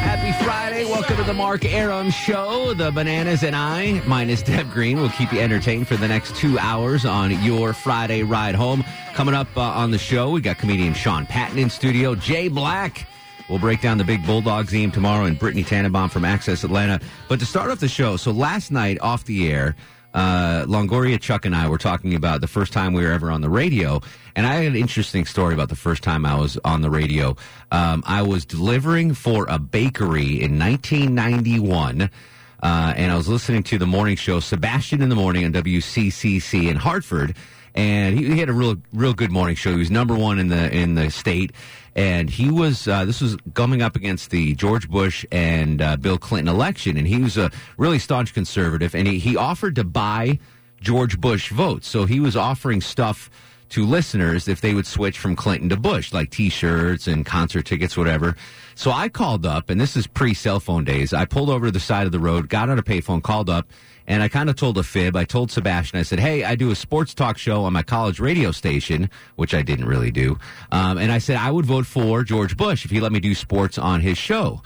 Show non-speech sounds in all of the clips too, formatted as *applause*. Happy Friday. Welcome to the Mark Aram Show. The Bananas and I, minus Deb Green, will keep you entertained for the next two hours on your Friday ride home. Coming up uh, on the show, we got comedian Sean Patton in studio, Jay Black. We'll break down the big Bulldogs game tomorrow and Brittany Tannenbaum from Access Atlanta. But to start off the show, so last night off the air, uh, Longoria, Chuck, and I were talking about the first time we were ever on the radio. And I had an interesting story about the first time I was on the radio. Um, I was delivering for a bakery in 1991. Uh, and I was listening to the morning show, Sebastian in the Morning on WCCC in Hartford. And he, he had a real, real good morning show. He was number one in the in the state, and he was uh, this was coming up against the George Bush and uh, Bill Clinton election, and he was a really staunch conservative, and he, he offered to buy George Bush votes. So he was offering stuff to listeners if they would switch from Clinton to Bush, like t shirts and concert tickets, whatever. So I called up, and this is pre cell phone days. I pulled over to the side of the road, got on a payphone, called up, and I kind of told a fib. I told Sebastian, I said, Hey, I do a sports talk show on my college radio station, which I didn't really do. Um, and I said, I would vote for George Bush if he let me do sports on his show.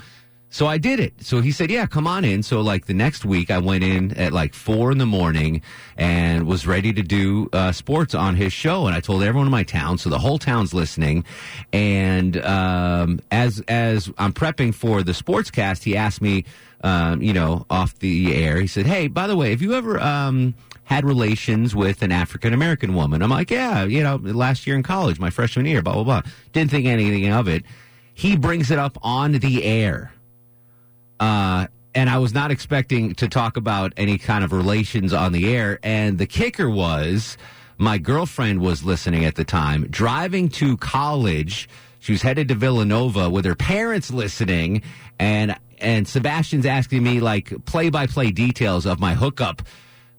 So I did it. So he said, "Yeah, come on in." So like the next week, I went in at like four in the morning and was ready to do uh, sports on his show. And I told everyone in my town, so the whole town's listening. And um, as as I'm prepping for the sports cast, he asked me, um, you know, off the air. He said, "Hey, by the way, have you ever?" Um, had relations with an African American woman. I'm like, yeah, you know, last year in college, my freshman year, blah, blah, blah. Didn't think anything of it. He brings it up on the air uh, and I was not expecting to talk about any kind of relations on the air. And the kicker was my girlfriend was listening at the time, driving to college. She was headed to Villanova with her parents listening, and and Sebastian's asking me like play by play details of my hookup.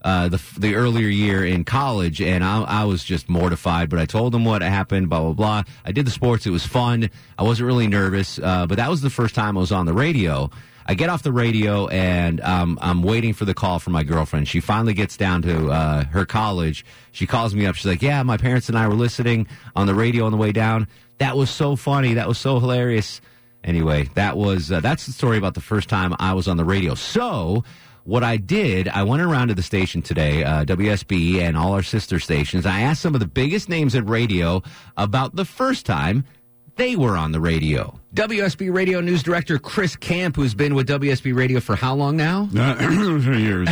Uh, the the earlier year in college, and I, I was just mortified. But I told him what happened, blah blah blah. I did the sports; it was fun. I wasn't really nervous, uh, but that was the first time I was on the radio. I get off the radio, and um, I'm waiting for the call from my girlfriend. She finally gets down to uh, her college. She calls me up. She's like, "Yeah, my parents and I were listening on the radio on the way down. That was so funny. That was so hilarious." Anyway, that was uh, that's the story about the first time I was on the radio. So what I did, I went around to the station today, uh, WSB and all our sister stations. I asked some of the biggest names in radio about the first time they were on the radio. WSB Radio News Director Chris Camp, who's been with WSB Radio for how long *laughs* now? Uh, *laughs* for years.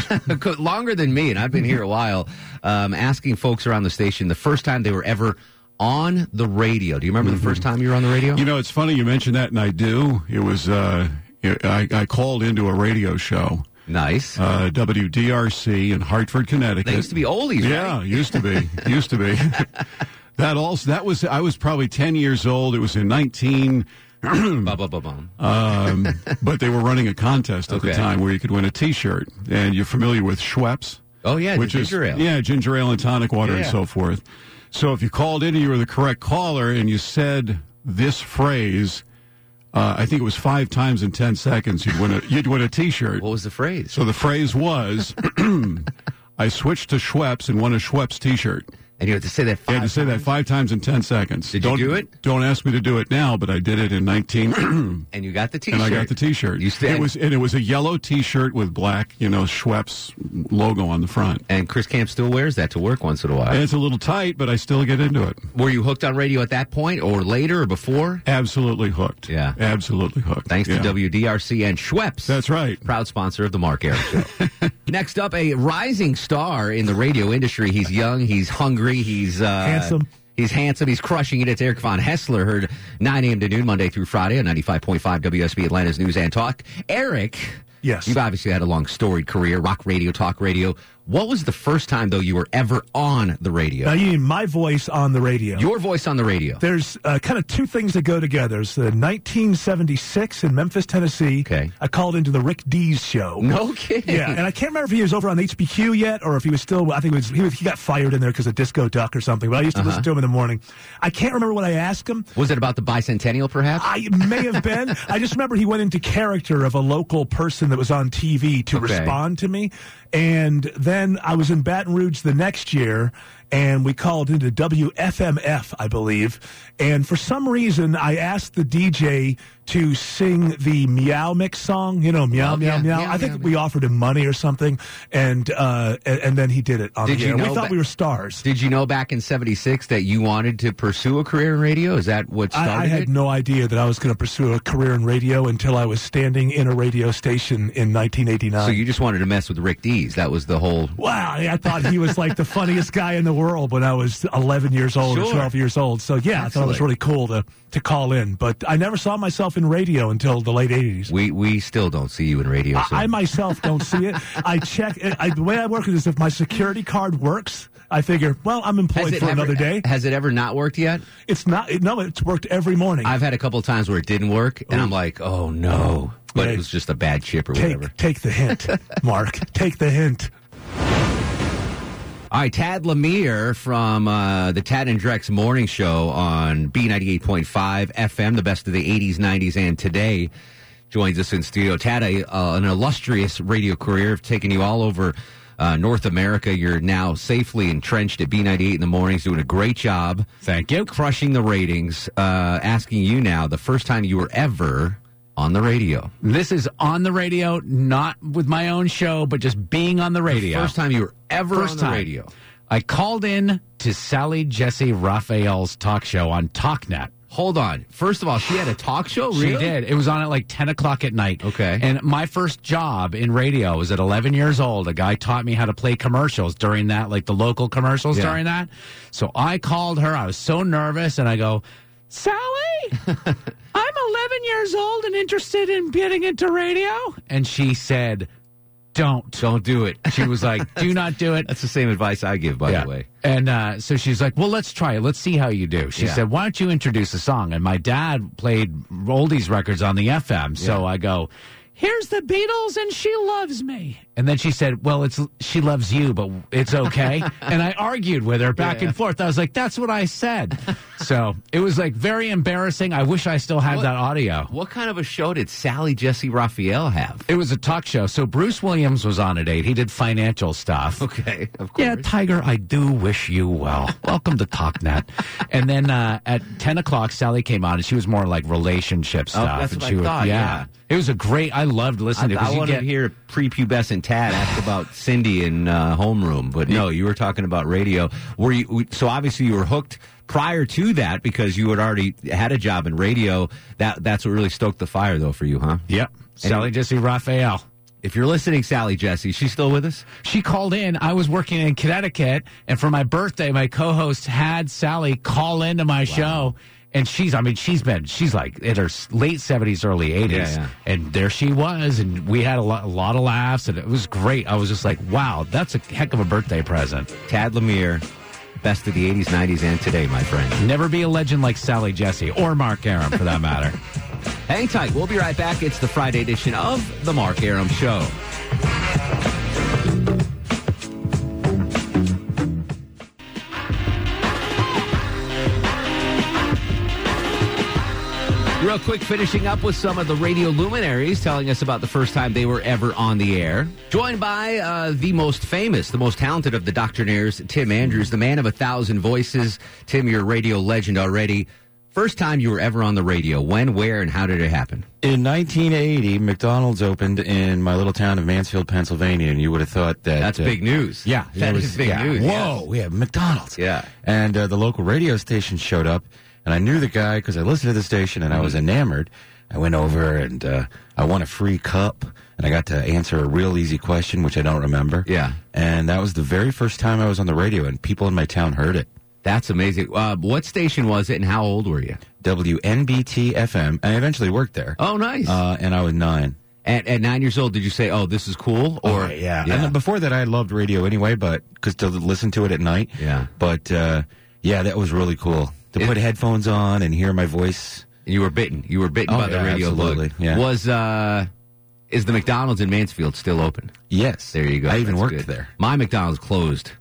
Longer than me, and I've been here a while, um, asking folks around the station the first time they were ever on the radio. Do you remember Mm-hmm. the first time you were on the radio? You know, it's funny you mentioned that, and I do. It was uh, I, I called into a radio show, nice. uh, WDRC in Hartford, Connecticut. they used to be oldies, right? Yeah, used *laughs* to be, used to be. that also that was I was probably ten years old. It was in nineteen. *clears throat* Bum, bum, bum, bum. Um, but they were running a contest at the Okay. time where you could win a T-shirt, and you're familiar with Schweppes. Oh, yeah, the which is ginger ale. yeah, ginger ale and tonic water and Yeah. so forth. So if you called in, and you were the correct caller, and you said this phrase. Uh, I think it was five times in ten seconds. You'd win a *laughs* you'd win a T-shirt. What was the phrase? So the phrase was, *clears throat* "I switched to Schweppes and won a Schweppes T-shirt." and you had to say that I five had to say that five times in ten seconds. Did you don't, do it? Don't ask me to do it now, but I did it in nineteen. *clears throat* and you got the t-shirt. and I got the T-shirt. You it stand- was and it was a yellow T-shirt with black, you know, Schweppes logo on the front. And Chris Camp still wears that to work once in a while. And it's a little tight, but I still get into it. Were you hooked on radio at that point or later or before? Absolutely hooked. Yeah. absolutely hooked. Thanks Yeah. to WDRC and Schweppes. That's right. Proud sponsor of the Mark Aram Show. Next up, a rising star in the radio industry. He's young, he's hungry, he's uh, Handsome. He's handsome. He's crushing it. It's Eric Von Hessler, heard 9 a.m. to noon, Monday through Friday on 95.5 WSB Atlanta's News and Talk. Eric. Yes. You've obviously had a long storied career, rock radio, talk radio. What was the first time, though, you were ever on the radio? Now, you need my voice on the radio. Your voice on the radio. There's uh, kind of two things that go together. It's the 1976 in Memphis, Tennessee. Okay. I called into the Rick Dees show. No kidding. Yeah, and I can't remember if he was over on HBQ yet or if he was still. I think it was, he was. He got fired in there because of Disco Duck or something. But I Uh-huh. used to listen to him in the morning. I can't remember what I asked him. Was it about the bicentennial, perhaps? I may *laughs* have been. I just remember he went into character of a local person that was on TV to Okay. respond to me. And then I was in Baton Rouge the next year, and we called into WFMF, I believe. And for some reason, I asked the DJ to sing the Meow Mix song. You know, Meow, Oh, Meow, yeah. Meow. Meow, I think meow, we offered him money or something, and uh, and, and then he did it on Did the you air. know we thought ba- we were stars. Did you know back in 76 that you wanted to pursue a career in radio? Is that what started I, I had it? no idea that I was going to pursue a career in radio until I was standing in a radio station in 1989. so you just wanted to mess with Rick Dees. That was the whole. wow, I thought he was like the funniest guy in the world when I was 11 years old Sure. or 12 years old. So yeah, I thought it was Excellent. really cool to to call in, but I never saw myself in radio until the late 80s. We we still don't see you in radio. So. I, I myself don't see it. I check. I, the way I work it is if my security card works, I figure, well, I'm Has employed it for ever- another day. Has it ever not worked yet? It's not. It, no, it's worked every morning. I've had a couple of times where it didn't work, and I'm like, oh no. But it Right. was just a bad chip or whatever. take take the hint, Mark. Take the hint. All right, Tad Lemire from uh, the Tad and Drex Morning Show on B98.5 FM, the best of the 80s, 90s, and today joins us in studio. Tad, a, uh, an illustrious radio career, have taken you all over uh, North America. You're now safely entrenched at B98 in the mornings, doing a great job. Thank you. Crushing the ratings. Uh, asking you now, the first time you were ever on the radio. This is on the radio, not with my own show, but just being on the radio. First time you were ever First on the time. radio. I called in to Sally Jesse Raphael's talk show on TalkNet. Hold on. First of all, she had a talk show? Really? She did. It was on at like 10 o'clock at night. Okay. And my first job in radio was at 11 years old. A guy taught me how to play commercials during that, like the local commercials Yeah. during that. So I called her. I was so nervous and I go, *laughs* Sally, I'm 11 years old and interested in getting into radio. And she said, don't. Don't do it. She was like, do not do it. That's the same advice I give, by Yeah. the way. And uh, so she's like, well, let's try it. Let's see how you do. She Yeah. said, why don't you introduce a song? And my dad played oldies records on the FM. So I go, here's the Beatles and she loves me. And then she said, well, it's she loves you, but it's *laughs* okay. and I argued with her back and forth. I was like, that's what I said. so it was like very embarrassing. I wish I still had that audio. What kind of a show did Sally Jesse Raphael have? It was a talk show. So Bruce Williams was on at eight. He did financial stuff. Okay, of course. Yeah, Tiger, I do wish you well. Welcome to TalkNet. and then uh, at 10 o'clock, Sally came on, and she was more like relationship stuff. Oh, that's and what she I was, thought, yeah. It was a great, I loved listening to it. I, 'cause you want get- to hear prepubescent Tad ask about Cindy in uh, homeroom, but no, you were talking about radio. Were you? So obviously you were hooked prior to that because you had already had a job in radio. That that's what really stoked the fire, though, for you, huh? Yep. Sally Jesse Raphael. If you're listening, Sally Jesse, she's still with us. She called in. I was working in Connecticut, and for my birthday, my co-host had Sally call into my show. And she's, I mean, she's been, she's like in her s- late 70s, early 80s. Yeah, yeah. And there she was. And we had a lot, a lot of laughs, and it was great. I was just like, wow, that's a heck of a birthday present. Tad Lemire, best of the '80s, '90s, and today, my friend. Never be a legend like Sally Jesse or Mark Aram, for that matter. *laughs* Hang tight. We'll be right back. It's the Friday edition of The Mark Aram Show. Real quick, finishing up with some of the radio luminaries telling us about the first time they were ever on the air. Joined by uh, the most famous, the most talented of the doctrinaires, Tim Andrews, the man of a thousand voices. Tim, you're a radio legend already. First time you were ever on the radio. When, where, and how did it happen? In 1980, McDonald's opened in my little town of Mansfield, Pennsylvania, and you would have thought that That's uh, big news. Yeah, that it is was- big yeah. news. Whoa, we have McDonald's. Yeah. and uh, the local radio station showed up, and I knew the guy because I listened to the station and I was Mm-hmm. enamored. I went over and uh, I won a free cup, and I got to answer a real easy question, which I don't remember. Yeah. and that was the very first time I was on the radio, and people in my town heard it. That's amazing. Uh, what station was it, and how old were you? WNBT FM. I eventually worked there. Oh, nice. Uh, and I was nine. at, at nine years old, did you say, "Oh, this is cool"? Or Or yeah. And then before that, I loved radio anyway, but because to listen to it at night. Yeah. But uh, yeah, that was really cool to It- put headphones on and hear my voice. you were bitten. You were bitten Oh, by the yeah, radio absolutely. bug. Yeah. Was uh, is the McDonald's in Mansfield still open? Yes, There you go. I even That's worked good. there. My McDonald's closed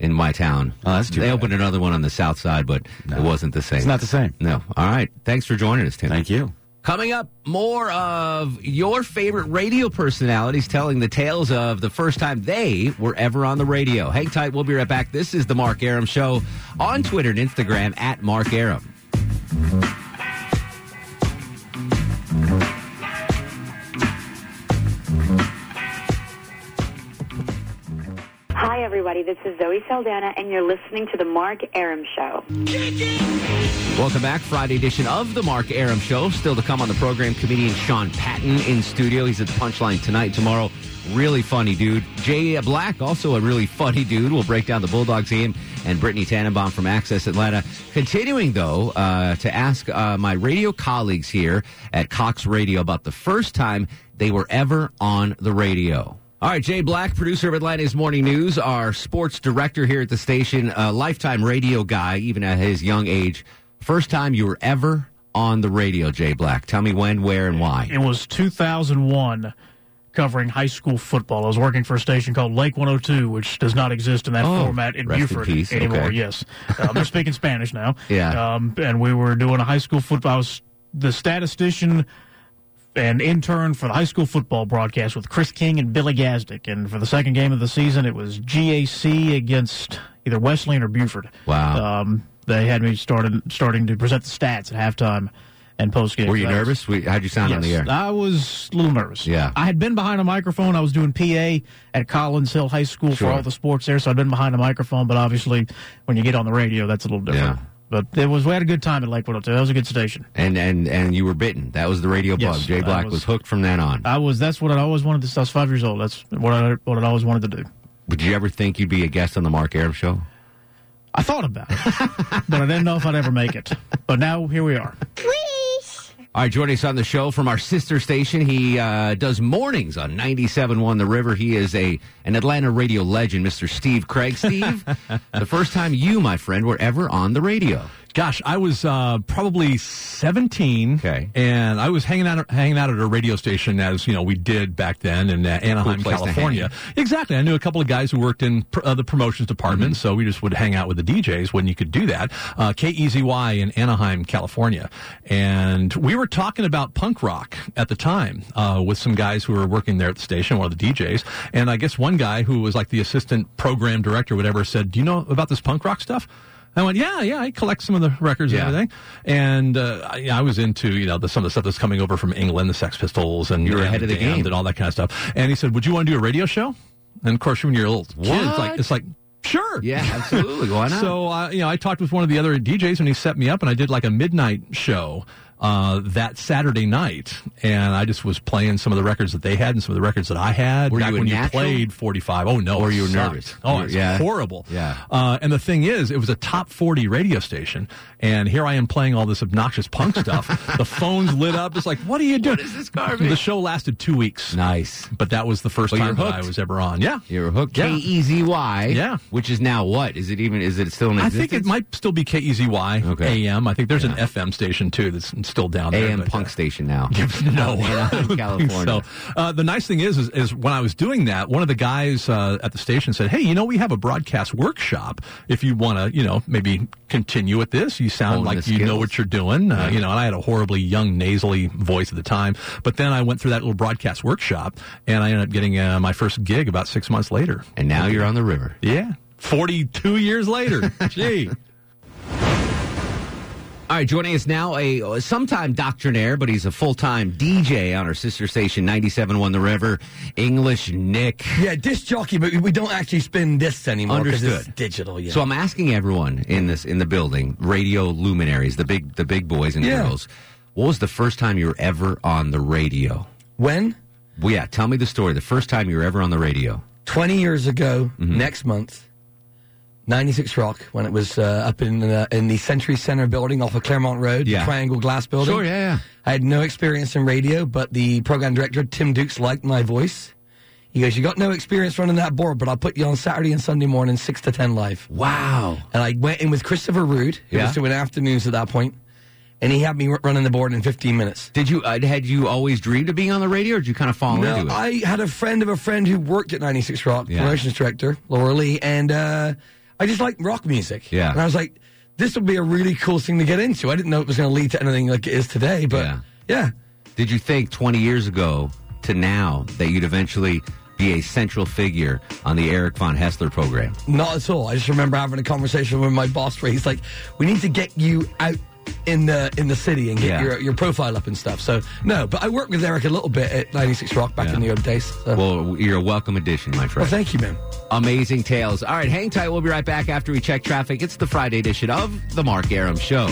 in my town. Oh, that's too They bad. opened another one on the south side, but it wasn't the same. It's not the same. No. All right. Thanks for joining us, Tim. Thank you. Coming up, more of your favorite radio personalities telling the tales of the first time they were ever on the radio. Hang tight. We'll be right back. This is The Mark Aram Show on Twitter and Instagram at Mark Aram. Hi, everybody. This is Zoe Saldana, and you're listening to The Mark Aram Show. Welcome back, Friday edition of the Mark Aram Show. Still to come on the program, comedian Sean Patton in studio. He's at the Punchline tonight, tomorrow. Really funny dude. Jay Black, also a really funny dude. We'll break down the Bulldogs game and Brittany Tannenbaum from Access Atlanta. Continuing though, uh, to ask uh, my radio colleagues here at Cox Radio about the first time they were ever on the radio. All right, Jay Black, producer of Atlanta's Morning News, our sports director here at the station, a lifetime radio guy, even at his young age. First time you were ever on the radio, Jay Black. Tell me when, where, and why. It was 2001 covering high school football. I was working for a station called Lake 102, which does not exist in that Oh, format in rest in Buford peace. anymore. Okay. Yes. Um, *laughs* they're speaking Spanish now. Yeah. Um, and we were doing a high school football. I was the statistician and intern for the high school football broadcast with Chris King and Billy Gazdick. And for the second game of the season, it was GAC against either Wesleyan or Buford. Wow. Um, they had me started, starting to present the stats at halftime and post game. Were you nervous? We, how'd you sound on the Yes, air? I was a little nervous. Yeah. I had been behind a microphone. I was doing PA at Collins Hill High School Sure. for all the sports there, so I'd been behind a microphone, but obviously when you get on the radio, that's a little different. Yeah. But it was we had a good time at Lake 102. That was a good station. And and and you were bitten. That was the radio Yes, bug. Jay I Black was, was- hooked from then on. I was that's what I always wanted to I was five years old. That's what I what I always wanted to do. Would you ever think you'd be a guest on the Mark Aram Show? I thought about it. *laughs* but I didn't know if I'd ever make it. But now here we are. All right, joining us on the show from our sister station, he uh, does mornings on 97.1 The River. He is a an Atlanta radio legend, Mr. Steve Craig. *laughs* Steve, the first time you, my friend, were ever on the radio. Gosh, I was uh, probably seventeen, Okay. and I was hanging out hanging out at a radio station as you know we did back then in uh, Anaheim, place to hang. California. Exactly, I knew a couple of guys who worked in pr- uh, the promotions Mm-hmm. department, so we just would hang out with the DJs when you could do that. Uh, KEZY in Anaheim, California, and we were talking about punk rock at the time uh, with some guys who were working there at the station, one of the DJs, and I guess one guy who was like the assistant program director, or whatever, said, "Do you know about this punk rock stuff?" I went, yeah, yeah. I collect some of the records Yeah. and everything, and uh, I, I was into you know the, some of the stuff that's coming over from England, the Sex Pistols, and You were and ahead of the Damned game. and all that kind of stuff. And he said, "Would you want to do a radio show?" And of course, when you're a little kid, it's What? like it's like sure, Yeah, absolutely. Why not? So uh, you know, I talked with one of the other DJs, and he set me up, and I did like a midnight show. Uh, that Saturday night, and I just was playing some of the records that they had and some of the records that I had. Were back you a when natural? you played 45. Oh no, Or it you were sucked. nervous? Oh, You- it's yeah. horrible. Yeah. Uh, and the thing is, it was a top 40 radio station, and here I am playing all this *laughs* obnoxious punk stuff. the phones lit up. It's like, what are you doing? is this garbage? The show lasted two weeks, Nice. but that was the first Well, you time were that I hooked. was ever on. Yeah. You were hooked. Yeah. K E Z Y. Yeah. Which is now what? Is it even? Is it still in I existence? think it might still be E KEZY Okay. AM. I think there's an FM station too that's still down there. AM but, uh, punk station *laughs* now. *laughs* no, Out in I don't think California. So uh, the nice thing is, is, is when I was doing that, one of the guys uh, at the station said, "Hey, you know, we have a broadcast workshop. If you want to, you know, maybe continue with this, you sound Hone like the you know skills. what you're doing. Uh, You know." And I had a horribly young, nasally voice at the time, but then I went through that little broadcast workshop, and I ended up getting uh, my first gig about six months later. And now you're on the river. Yeah, forty-two years later. Gee. All right, joining us now a uh, sometime doctrinaire, but he's a full time DJ on our sister station 97.1 The River, English Nick. Yeah, disc jockey, but we don't actually spin discs anymore because it's Understood. digital. Yeah. So I'm asking everyone in this in the building, radio luminaries, the big the big boys and Yeah. girls. What was the first time you were ever on the radio? when Well, yeah, tell me the story. The first time you were ever on the radio. 20 years ago, next month, 96 Rock when it was uh, up in uh, in the Century Center building off of Claremont Road, the Yeah. Triangle Glass building. Sure, yeah, yeah. I had no experience in radio, but the program director Tim Dukes liked my voice. He goes, "You got no experience running that board, but I'll put you on Saturday and Sunday morning, six to ten live." Wow. And I went in with Christopher Rood, who Yeah. was doing afternoons at that point, and he had me r- running the board in 15 minutes. Did you uh, had you always dreamed of being on the radio, or did you kind of fall No, into it? I had a friend of a friend who worked at 96 Rock, Yeah. promotions director, Laura Lee, and uh, I just like rock music. Yeah. And I was like, this would be a really cool thing to get into. I didn't know it was going to lead to anything like it is today, but Yeah. yeah. Did you think 20 years ago to now that you'd eventually be a central figure on the Eric von Hessler program? not at all. I just remember having a conversation with my boss where he's like, we need to get you out in the in the city and get Yeah. your, your profile up and stuff. So, no, but I worked with Eric a little bit at 96 Rock back Yeah. in the old days. So. Well, Well, you're a welcome addition, my friend. Uh. thank you, man. Amazing tales. All right, hang tight. We'll be right back after we check traffic. It's the Friday edition of The Mark Aram Show.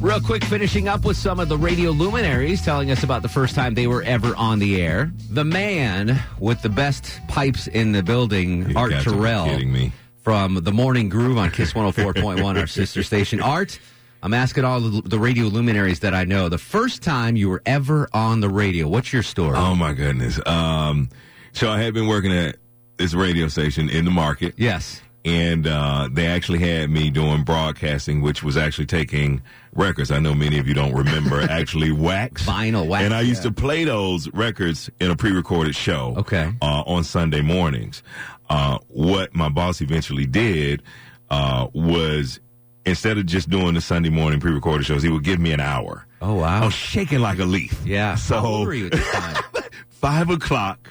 Real quick, finishing up with some of the radio luminaries telling us about the first time they were ever on the air. The man with the best pipes in the building, You Art got to be Terrell. kidding me. From the Morning Groove on Kiss 104.1, our sister station. Art, I'm asking all the the radio luminaries that I know the first time you were ever on the radio. What's your story? Oh my goodness. Um, so I had been working at this radio station in the market. yes. and uh, they actually had me doing broadcasting, which was actually taking records. I know many of you don't *laughs* remember actually wax Vinyl wax, and I used to play those records in a pre-recorded show. Okay. uh, on Sunday mornings. Uh, what my boss eventually did uh, was instead of just doing the Sunday morning pre-recorded shows, he would give me an hour. Oh, wow. I was shaking like a leaf. Yeah. So How old were you at this time? *laughs* five o'clock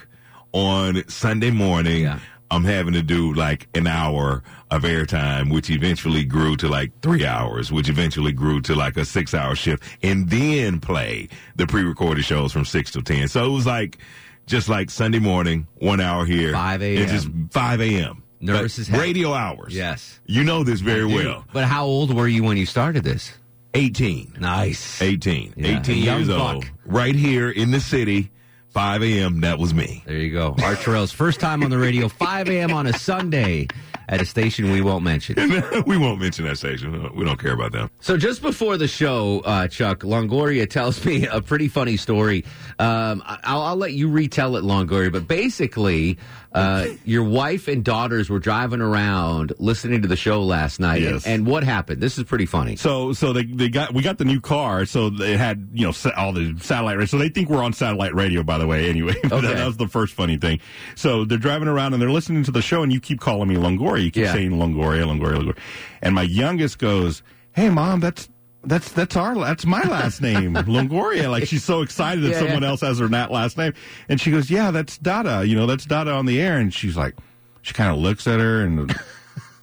on Sunday morning. Yeah. I'm having to do like an hour of airtime, which eventually grew to like three hours, which eventually grew to like a six hour shift, and then play the pre recorded shows from six to ten. So it was like just like Sunday morning, one hour here. 5 a.m.. It's just five AM. Nervous But as heck. Radio hours. Yes. You know this very well. But how old were you when you started this? Eighteen. Nice. 18. Yeah, 18 a young years buck. old. Right here in the city, 5 a.m. That was me. There you go. Art Terrell's first time on the radio, 5 a.m. on a Sunday at a station we won't mention. *laughs* we won't mention that station. We don't care about them. So just before the show, uh, Chuck, Longoria tells me a pretty funny story. Um, I- I'll, I'll let you retell it, Longoria, but basically, uh, your wife and daughters were driving around listening to the show last night. Yes. And, and what happened? This is pretty funny. So so they, they got we got the new car. So they had you know sa- all the satellite radio. So they think we're on satellite radio, by the way. Anyway, *laughs* But Okay. that, that was the first funny thing. So they're driving around and they're listening to the show, and you keep calling me Longoria. You keep Yeah. saying Longoria, Longoria, Longoria. And my youngest goes, "Hey, mom, that's." That's that's our that's my last *laughs* name Longoria. Like she's so excited that Yeah, someone yeah. else has her not last name, and she goes, "Yeah, that's Dada. You know, that's Dada on the air." And she's like, she kind of looks at her and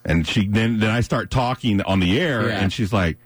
and she then then I start talking on the air, Yeah. and she's like,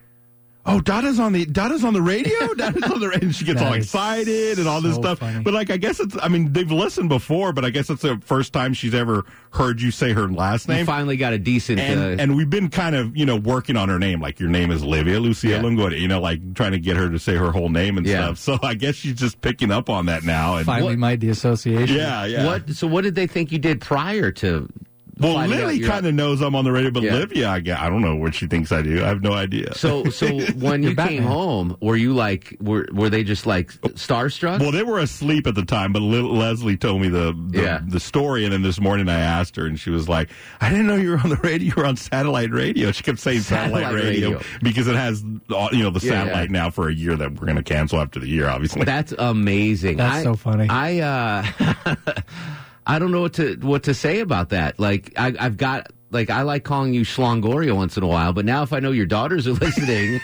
"Oh, Dada's on the Dada's on the radio. Dada's on the," ra-" and she gets That all is excited and all this so stuff. funny. But like, I guess it's I mean they've listened before, but I guess it's the first time she's ever heard you say her last You name. finally got a decent. And, uh, and we've been kind of, you know, working on her name. Like, your name is Olivia Lucia Yeah. Longoria, you know, like trying to get her to say her whole name and Yeah. stuff. So I guess she's just picking up on that now. And What- Finally made the association. yeah, yeah. What? So what did they think you did prior to? Well, finding out Lily you're- kind of knows I'm on the radio, but Yeah. Livia, I, guess, I don't know what she thinks I do. I have no idea. So *laughs* so when you Batman. came home, were you like were were they just like starstruck? Oh. Well, they were asleep at the time, but Le- Leslie told me the the, Yeah. the story, and then this morning I asked her, and she was like, "I didn't know you were on the radio. You were on satellite radio." She kept saying satellite, Satellite radio, radio. because it has all- you know the Yeah, satellite now for a year that we're going to cancel after the year, obviously. That's amazing. That's I- *laughs* so funny. I uh, *laughs* I don't know what to what to say about that. Like I, I've got like I like calling you Schlongoria once in a while, but now if I know your daughters are *laughs* listening,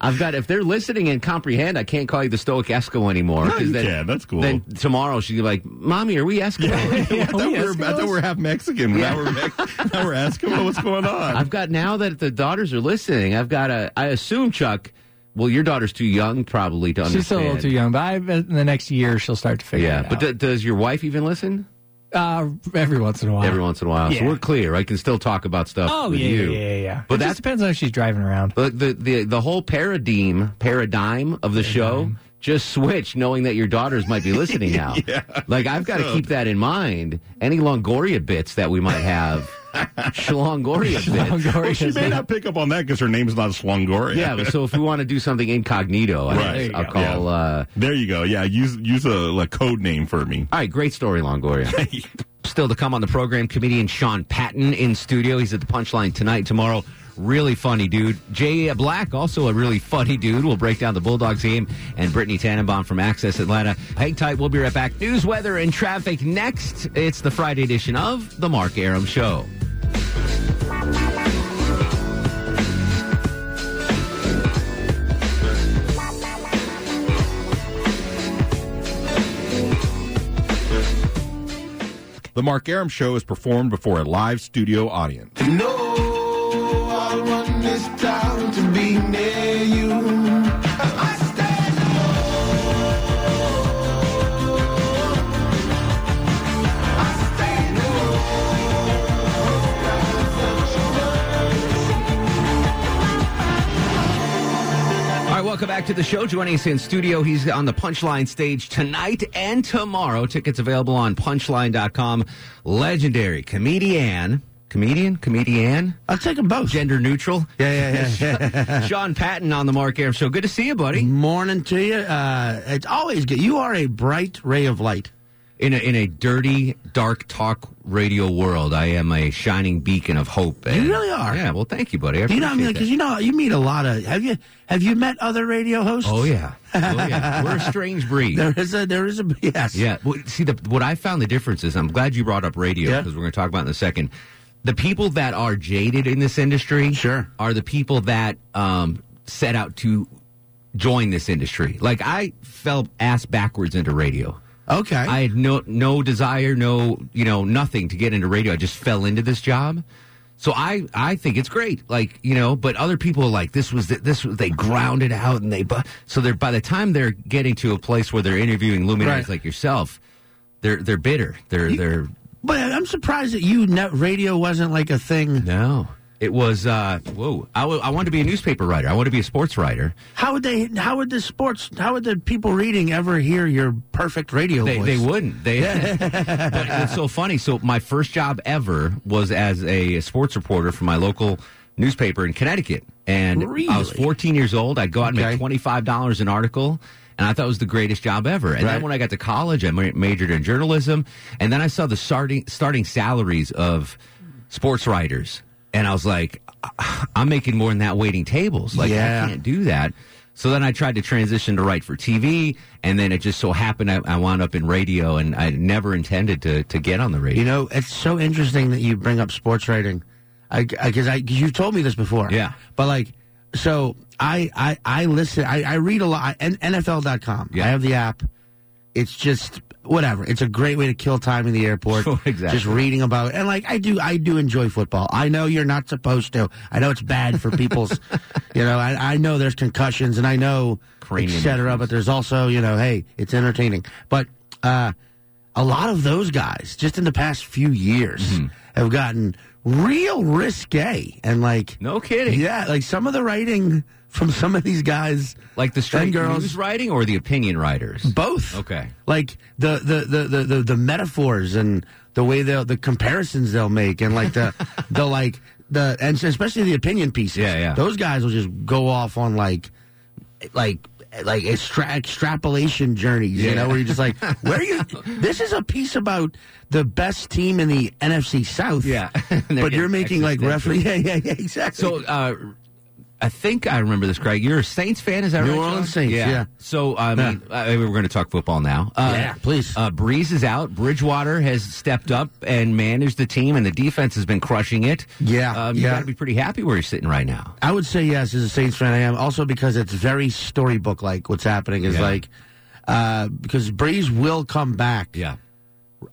I've got if they're listening and comprehend, I can't call you the Stoic Eskimo anymore. No, 'cause you then, can. That's cool. Then tomorrow she'll be like, "Mommy, are we Eskimo?" *laughs* I, thought we were, I thought we were half Mexican. Now, we're Mex- now we're asking well, what's going on. I've got now that the daughters are listening. I've got a. I assume Chuck. Well, your daughter's too young probably to understand. She's still a little too young, but I, in the next year she'll start to figure Yeah, it but out. d- does your wife even listen? uh, every once in a while. Every once in a while, so Yeah. we're clear. I can still talk about stuff. oh with yeah, you. yeah, yeah, yeah. But But it that- just depends on if she's driving around. But the the the whole paradigm paradigm of the show Just switch, knowing that your daughters might be *laughs* listening now. Like I've got to keep that in mind. Any Longoria bits that we might *laughs* have, Shlongoria bits. Well, she may not pick up on that because her name's not Slongoria. Yeah, but so if we want to do something incognito, *laughs* I right. I'll call. Yeah. Uh, there you go. Yeah, use use a like, code name for me. All right, great story, Longoria. Still to come on the program, comedian Sean Patton in studio. He's at the Punchline tonight, tomorrow. Really funny dude. Jay Black, also a really funny dude. We'll break down the Bulldogs game and Brittany Tannenbaum from Access Atlanta. Hang tight. We'll be right back. News, weather, and traffic next. It's the Friday edition of The Mark Aram Show. *laughs* The Mark Aram Show is performed before a live studio audience. No, I want this town to be near you. I stand All right, welcome back to the show. Joining us in studio, he's on the Punchline stage tonight and tomorrow. Tickets available on punchline.com. Legendary comedian. Comedian? Comedian? I'll take them both. Gender neutral. *laughs* Yeah, yeah, yeah. *laughs* Sean Patton on the Mark Aram Show. Good to see you, buddy. Morning to you. Uh, it's always good. You are a bright ray of light. In a, in a dirty, dark talk radio world, I am a shining beacon of hope. And, you really are. Yeah, well, thank you, buddy. I you know, I mean, appreciate because that. you know, you meet a lot of. Have you have you met other radio hosts? Oh, *laughs* yeah. Oh, yeah. We're a strange breed. There is a there is a *laughs* yes. Yeah. Well, see, the, what I found the difference is I'm glad you brought up radio because we're going to talk about it in a second. The people that are jaded in this industry sure. are the people that um, set out to join this industry. Like I fell ass backwards into radio. Okay. I had no no desire, no you know nothing to get into radio. I just fell into this job. So I, I think it's great, like you know. But other people are like this was the, this was- they ground it out and they bu- so they're by the time they're getting to a place where they're interviewing luminaries Right. like yourself, they're they're bitter. They're they're But I'm surprised that you ne- radio wasn't like a thing. No. It was uh whoa. I wa- I wanted to be a newspaper writer. I wanted to be a sports writer. How would they? How would the sports? How would the people reading ever hear your perfect radio They, voice? they wouldn't. They. *laughs* but it's so funny. So my first job ever was as a sports reporter for my local newspaper in Connecticut, and I was 14 years old. I'd go out and make 25 dollars an article. And I thought it was the greatest job ever. And then Right. when I got to college, I ma- majored in journalism. And then I saw the starting starting salaries of sports writers, and I was like, "I- I'm making more than that waiting tables. Like I Yeah. can't do that. So then I tried to transition to write for TV, and then it just so happened I, I wound up in radio, and I never intended to to get on the radio. You know, it's so interesting that you bring up sports writing, because I, 'cause I, 'cause you've told me this before. Yeah, but like, so I I I listen. I, I read a lot. N- NFL.com. I have the app. It's just whatever. It's a great way to kill time in the airport. *laughs* exactly. Just reading about and like I do. I do enjoy football. I know you're not supposed to. I know it's bad for *laughs* people's. you know, I, I know there's concussions and I know Cranium et cetera. But there's also you know, hey, it's entertaining. But uh, a lot of those guys, just in the past few years, Mm-hmm. have gotten real risque and like no kidding. Yeah, like some of the writing from some of these guys, like the straight and girls, news writing or the opinion writers, both. Okay, like the the the the, the, the metaphors and the way they'll the comparisons they'll make and like *laughs* the the like the and especially the opinion pieces. Yeah, yeah. Those guys will just go off on like like like extra, extrapolation journeys, you know, where you're just like, where *laughs* are you? This is a piece about the best team in the NFC *laughs* South. Yeah, but you're making like reference. *laughs* Yeah, yeah, yeah, exactly. So uh, I think I remember this, Craig. You're a Saints fan, is that New right? Orleans Sean? Saints, yeah. So I mean, I- we're going to talk football now. Uh, Yeah, please. Uh, Breeze is out. Bridgewater has stepped up and managed the team, and the defense has been crushing it. Yeah, um, you yeah. got to be pretty happy where you're sitting right now. I would say yes as a Saints fan. I am also because it's very storybook like. What's happening is Yeah. like uh, because Breeze will come back. Yeah.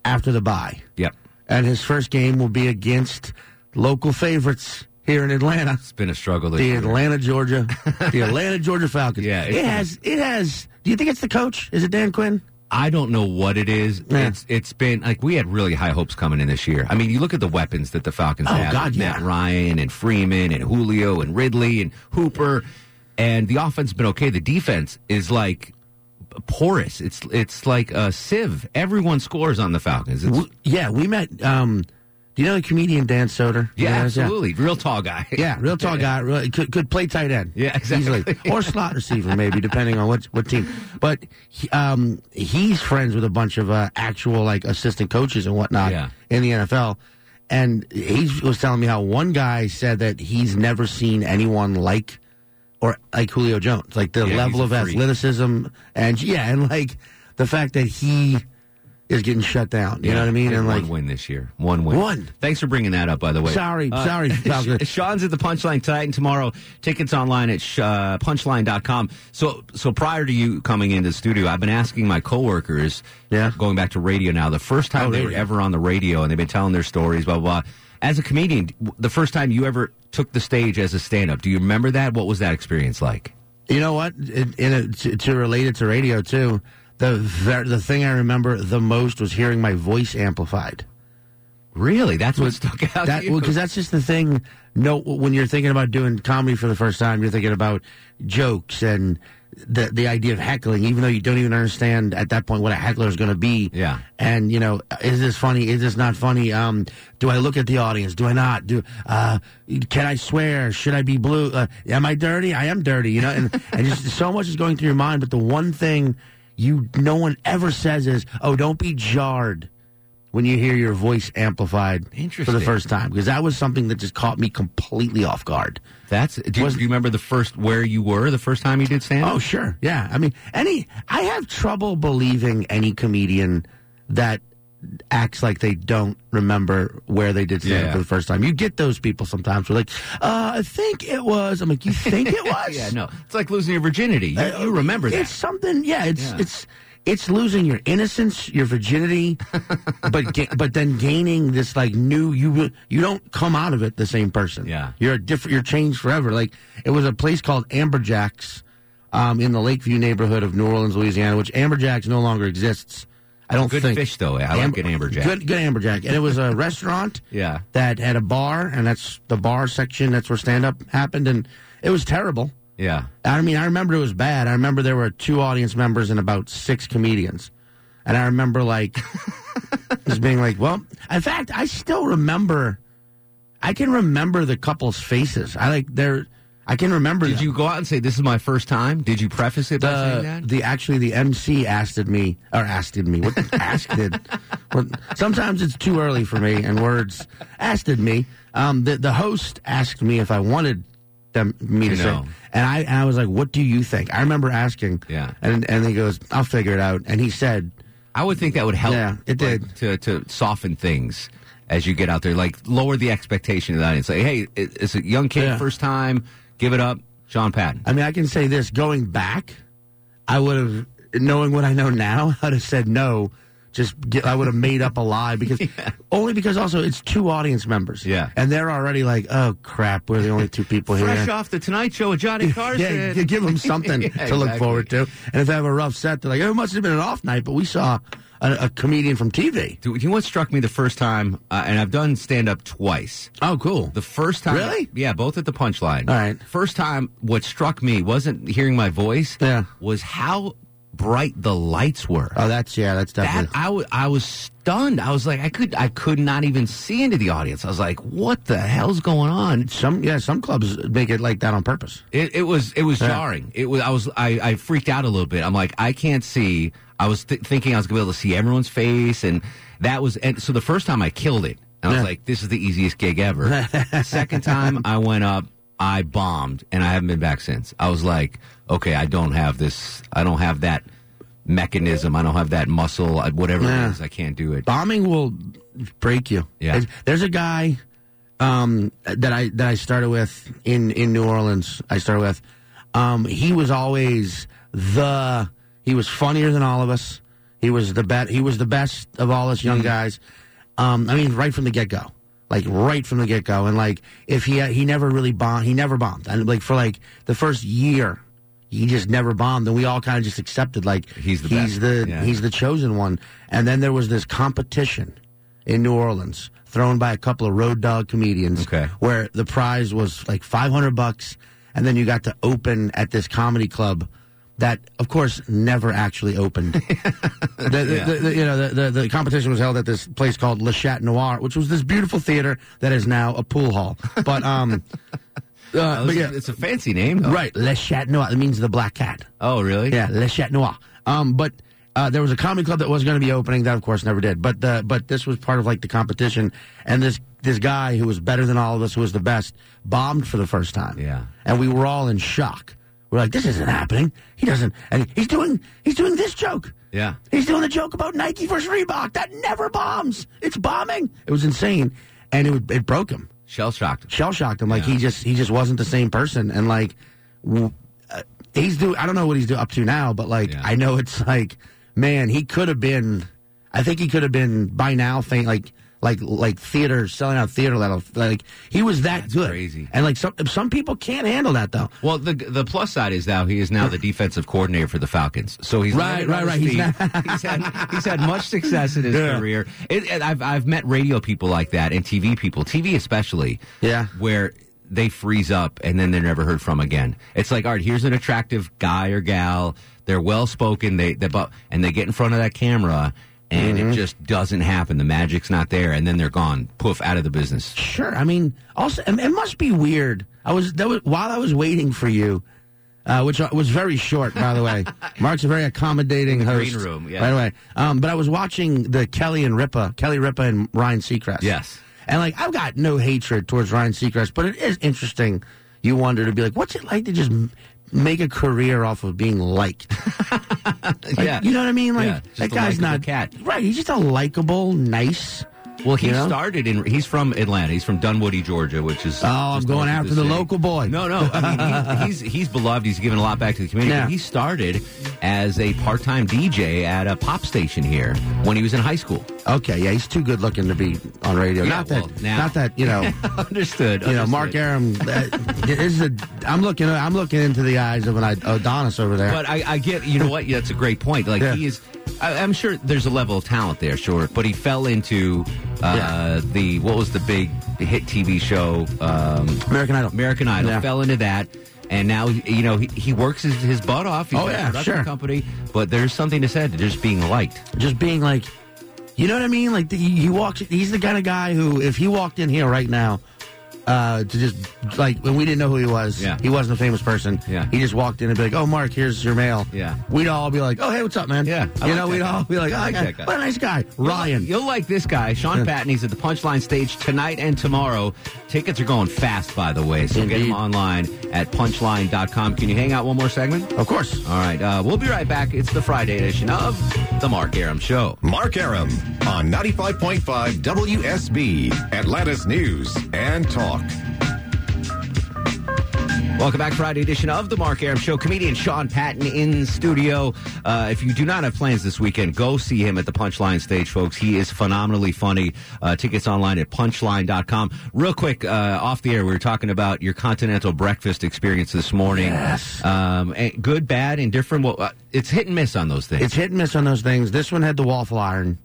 After the bye. Yep. And his first game will be against local favorites here in Atlanta. *laughs* It's been a struggle. This the year. Atlanta, *laughs* Georgia, the Atlanta, Georgia Falcons. Yeah, it's it has. It has. Do you think it's the coach? Is it Dan Quinn? I don't know what it is. Yeah. It's it's been like we had really high hopes coming in this year. I mean, you look at the weapons that the Falcons Oh, have: God, Matt Ryan and Freeman and Julio and Ridley and Hooper, and the offense has been okay. The defense is like porous. It's it's like a sieve. Everyone scores on the Falcons. It's, We- yeah, we met. Um, do you know the comedian Dan Soder? yeah, You know, absolutely. Real tall guy. Yeah, real tall guy. Real, could, could play tight end. Yeah, exactly. Easily. Or slot receiver, maybe, depending on what what team. But he, um, he's friends with a bunch of uh, actual like assistant coaches and whatnot in the NFL. And he was telling me how one guy said that he's never seen anyone like or like Julio Jones, like the Yeah, level he's of a freak. athleticism and yeah, and like the fact that he is getting shut down. You know what I mean? They had And like one win this year. One win. One. Thanks for bringing that up, by the way. Uh, Sorry, *laughs* sorry, Falcons. Sean's at the Punchline tonight and tomorrow. Tickets online at sh- uh, punchline.com. So, so prior to you coming into the studio, I've been asking my coworkers, yeah. going back to radio now, the first Oh, time they were ever on the radio and they've been telling their stories, blah, blah, blah. As a comedian, w- the first time you ever took the stage as a stand up, do you remember that? What was that experience like? You know what? In, in a, to, to relate it to radio too, the ver- the thing I remember the most was hearing my voice amplified. Really, that's what stuck out. That to you? because that's just the thing. No, when you're thinking about doing comedy for the first time, you're thinking about jokes and the the idea of heckling, even though you don't even understand at that point what a heckler is going to be. Yeah, and you know, is this funny? Is this not funny? Um, do I look at the audience? Do I not? Do uh, can I swear? Should I be blue? Uh, am I dirty? I am dirty. You know, and *laughs* and just so much is going through your mind. But the one thing you no one ever says is, oh, don't be jarred when you hear your voice amplified for the Interesting. first time because that was something that just caught me completely off guard. That's do you, do you remember the first where you were the first time you did stand? Oh sure, yeah. I mean, any I have trouble believing any comedian that acts like they don't remember where they did stand Yeah. for the first time. You get those people sometimes. We're like, uh, I think it was. I'm like, you think *laughs* it was? yeah, no. It's like losing your virginity. You, Uh, you remember that. It's something. Yeah, it's Yeah. it's it's losing your innocence, *laughs* your virginity, but ga- but then gaining this like new you you don't come out of it the same person. Yeah, you're a different. You're changed forever. Like it was a place called Amberjacks um, in the Lakeview neighborhood of New Orleans, Louisiana, which Amberjacks no longer exists. I don't Good think fish, though. I like an amberjack. Good, good amberjack, and it was a *laughs* restaurant Yeah. that had a bar, and that's the bar section. That's where stand up happened, and it was terrible. Yeah. I mean, I remember it was bad. I remember there were two audience members and about six comedians. And I remember, *laughs* like, just being like, well, in fact, I still remember, I can remember the couple's faces. I like, they're, I can remember. Did you go out and say this is my first time? Did you preface it by saying the, that? the actually the MC asked at me or asked at me what asked it. Well, sometimes it's too early for me and words asked at me. Um, the the host asked me if I wanted them me to I say, know. and I and I was like, "What do you think?" I remember asking, Yeah. and and he goes, "I'll figure it out," and he said, I would think that would help. Yeah, it like, to to soften things as you get out there, like lower the expectation of the audience. Like, hey, it- it's a young kid, Yeah. first time. Give it up, Sean Patton. I mean, I can say this going back, I would have, knowing what I know now, *laughs* I'd have said no. Just get, I would have made up a *laughs* lie because only because also it's two audience members. Yeah. And they're already like, oh crap, we're the only two people here. Fresh off the Tonight Show with Johnny Carson. *laughs* Yeah, you give them *laughs* something Yeah, to look exactly. forward to. And if they have a rough set, they're like, oh, it must have been an off night, but we saw a, a comedian from TV. Dude, you know what struck me the first time, uh, and I've done stand up twice. Oh, cool. The first time, Really? Yeah, both at the punchline. All right. First time, what struck me wasn't hearing my voice. Yeah. Was how bright the lights were. Oh, that's, yeah, that's That definitely. I wa- I was stunned. I was like, I could I could not even see into the audience. I was like, what the hell's going on? some, yeah, some clubs make it like that on purpose. It, it was it was Yeah. jarring. It was I was I, I freaked out a little bit. I'm like I can't see. I was th- thinking I was gonna be able to see everyone's face, and that was and so the first time I killed it. And I was Yeah. like, this is the easiest gig ever. *laughs* The Second time I went up, I bombed, and I haven't been back since. I was like, okay, I don't have this. I don't have that mechanism. I don't have that muscle. I- Whatever Yeah. it is, I can't do it. bombing will break you. Yeah. There's- There's a guy um, that I that I started with in in New Orleans. I started with. Um, he was always the. He was funnier than all of us. He was the best. He was the best of all us Mm-hmm. young guys. Um, I mean, right from the get go, like right from the get go, and like if he he never really bombed, he never bombed, and like for like the first year, he just never bombed, and we all kind of just accepted like he's the he's best. the Yeah. he's the chosen one. And then there was this competition in New Orleans thrown by a couple of road dog comedians Okay. where the prize was like 500 bucks and then you got to open at this comedy club that, of course, never actually *laughs* opened. the, the- Yeah. the- the- you know, the, the, the competition was held at this place called Le Chat Noir, which was this beautiful theater that is now a pool hall. But um, *laughs* uh, Oh, but it's a- yeah. it's a fancy name, though. right? Le Chat Noir. It means the black cat. Oh, really? Yeah, Le Chat Noir. Um, but uh, there was a comedy club that was going to be opening that, of course, never did. But the but this was part of like the competition, and this this guy who was better than all of us, who was the best, bombed for the first time. Yeah, and we were all in shock. We're like, this isn't happening. He doesn't, and he's doing he's doing this joke. Yeah. He's doing a joke about Nike versus Reebok. That never bombs. It's bombing. It was insane, and it it broke him. Shell shocked. Shell shocked him. Like he just he just wasn't the same person. And like w- uh, he's do I don't know what he's do up to now, but like I know it's like man, he could have been. I think he could have been by now. Thing like like like theater selling out theater level. Like he was that good. Crazy. And like some some people can't handle that though. Well, the the plus side is now he is now the defensive coordinator for the Falcons. So he's Right, landed on right, right. his He's feet. not- he's had he's had much *laughs* success in his career. It, and I've I've met radio people like that and TV people, TV especially. Yeah, where they freeze up and then they're never heard from again. It's like, all right, here's an attractive guy or gal. They're well spoken. They they bu- and they get in front of that camera. And it Mhm. just doesn't happen. The magic's not there, and then they're gone, poof, out of the business. Sure. I mean, also, it it must be weird. I was, that was while I was waiting for you, uh, which was very short, by *laughs* the way. Mark's a very accommodating The host. green room, yeah. By the way, um, but I was watching the Kelly and Ripa, Kelly Ripa and Ryan Seacrest. Yes. And like, I've got no hatred towards Ryan Seacrest, but it is interesting. You wonder to be like, what's it like to just m- make a career off of *laughs* being liked? Like, Yeah. You know what I mean? Like Yeah, just that a guy's likable not cat. right. He's just a likable, nice. Well, he you know? started in. He's from Atlanta. He's from Dunwoody, Georgia, which is. Oh, I'm just going north of after the, city. local boy. No, Oh, no. *laughs* I mean, he's, he's he's beloved. He's given a lot back to the community. Yeah. He started as a part-time DJ at a pop station here when he was in high school. Okay, yeah, he's too good looking to be on radio. Yeah, not that, well, now- not *laughs* that you know. understood. You know, Mark Aram. Uh, this is a, I'm looking. I'm looking into the eyes of an Ad- Adonis over there. But I, I get, you know what? Yeah, That's a great point. Like he is, I, I'm sure there's a level of talent there, sure. But he fell into uh, the what was the big hit TV show? Um, American Idol. American Idol Yeah. fell into that. And now, you know, he, he works his, his butt off. He's Oh, got a yeah, production sure. company. But there's something to said to just being liked. Just being like, you know what I mean? Like the, he walks. He's the kind of guy who, if he walked in here right now, uh, to just like when we didn't know who he was, Yeah. he wasn't a famous person. Yeah. He just walked in and be like, "Oh, Mark, here's your mail." Yeah. We'd all be like, "Oh, hey, what's up, man?" Yeah. I you like know, that we'd guy. all be like, I "Oh, like okay, that guy." what a nice guy, Ryan." You'll like this guy, Sean Yeah. Patton. He's at the Punchline stage tonight and tomorrow. Tickets are going fast, by the way. So get them online at punchline.com. Can you hang out one more segment? Of course. All right. Uh, we'll be right back. It's the Friday edition of The Mark Aram Show. Mark Aram on 95.5 WSB, Atlantis News and Talk. Welcome back, Friday edition of the Mark Aram Show. Comedian Sean Patton in studio. Uh, if you do not have plans this weekend, go see him at the Punchline stage, folks. He is phenomenally funny. Uh, tickets online at punchline.com. Real quick, uh, off the air, we were talking about your continental breakfast experience this morning. Yes. Um, and good, bad, indifferent. Well, uh, it's hit and miss on those things. It's hit and miss on those things. This one had the waffle iron.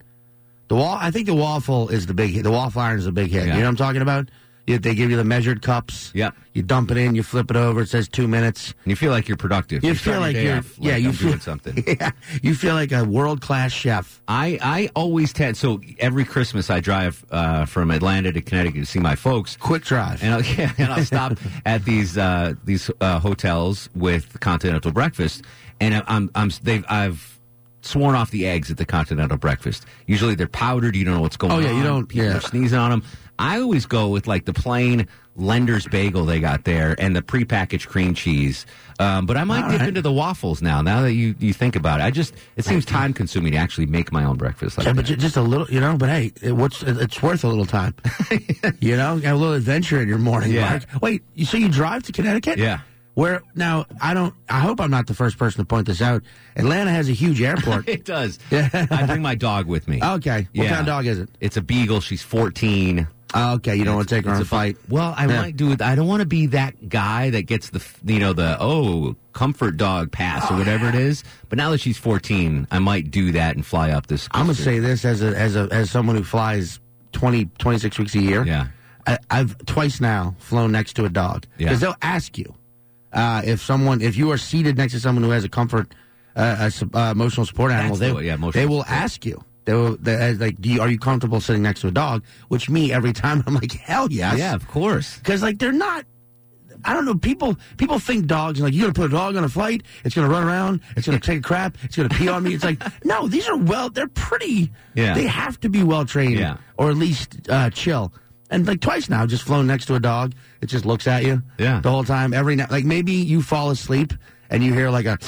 The wall. I think the waffle is the big. hit. The waffle iron is the big hit. Yeah. You know what I'm talking about? You, they give you the measured cups. Yeah. You dump it in. You flip it over. It says two minutes. And you feel like you're productive. You You feel start your like day you're. off like yeah. You I'm feel *laughs* doing something. Yeah. You feel like a world class chef. I, I always tend so every Christmas I drive uh, from Atlanta to Connecticut to see my folks. Quick drive, and I'll, *laughs* yeah, and I'll stop at these uh, these uh, hotels with continental breakfast, and I- I'm I'm they've I've sworn off the eggs at the continental breakfast. Usually they're powdered. You don't know what's going. Oh, yeah, on. you don't- People yeah. are sneezing on them. I always go with like the plain lender's bagel they got there and the prepackaged cream cheese. Um, but I might dip into the waffles now. Now that you, you think about it, I just it seems time consuming to actually make my own breakfast. Like Yeah, but ju- just a little, you know. But hey, it, what's it- it's worth a little *laughs* time, you know. Have a little adventure in your morning. Yeah. Mark. Wait, you so you drive to Connecticut? Yeah. Where now? I don't. I hope I'm not the first person to point this out. Atlanta has a huge *laughs* airport. It *laughs* does. I bring my dog with me. Okay. What kind of dog is it? It's a beagle. She's 14. okay, you don't want to take her on a fight. Well, I Yeah. might do it. I don't want to be that guy that gets the f- you know the oh comfort dog pass or whatever it is. But now that she's 14, I might do that and fly up this. I'm gonna say this as a as a as someone who flies 20, 26 weeks a year. Yeah. I, I've twice now flown next to a dog Yeah. because they'll ask you. Uh, if someone, if you are seated next to someone who has a comfort, uh, a, sup- uh, emotional support animal, That's the they, way, yeah, emotional they will support. ask you. They will, they, uh, like, do you, are you comfortable sitting next to a dog? Which me every time *laughs* I'm like, hell yes, Yeah, of course. Because like they're not. I don't know. People people think dogs like you're gonna put a dog on a flight. It's gonna run around. It's gonna take a crap. It's gonna pee on me. It's like *laughs* no. These are well. They're pretty. Yeah. They have to be well trained. Yeah. Or at least uh, chill. And like twice now, just flown next to a dog. It just looks at you. Yeah. The whole time. Every night. Like maybe you fall asleep and you hear like a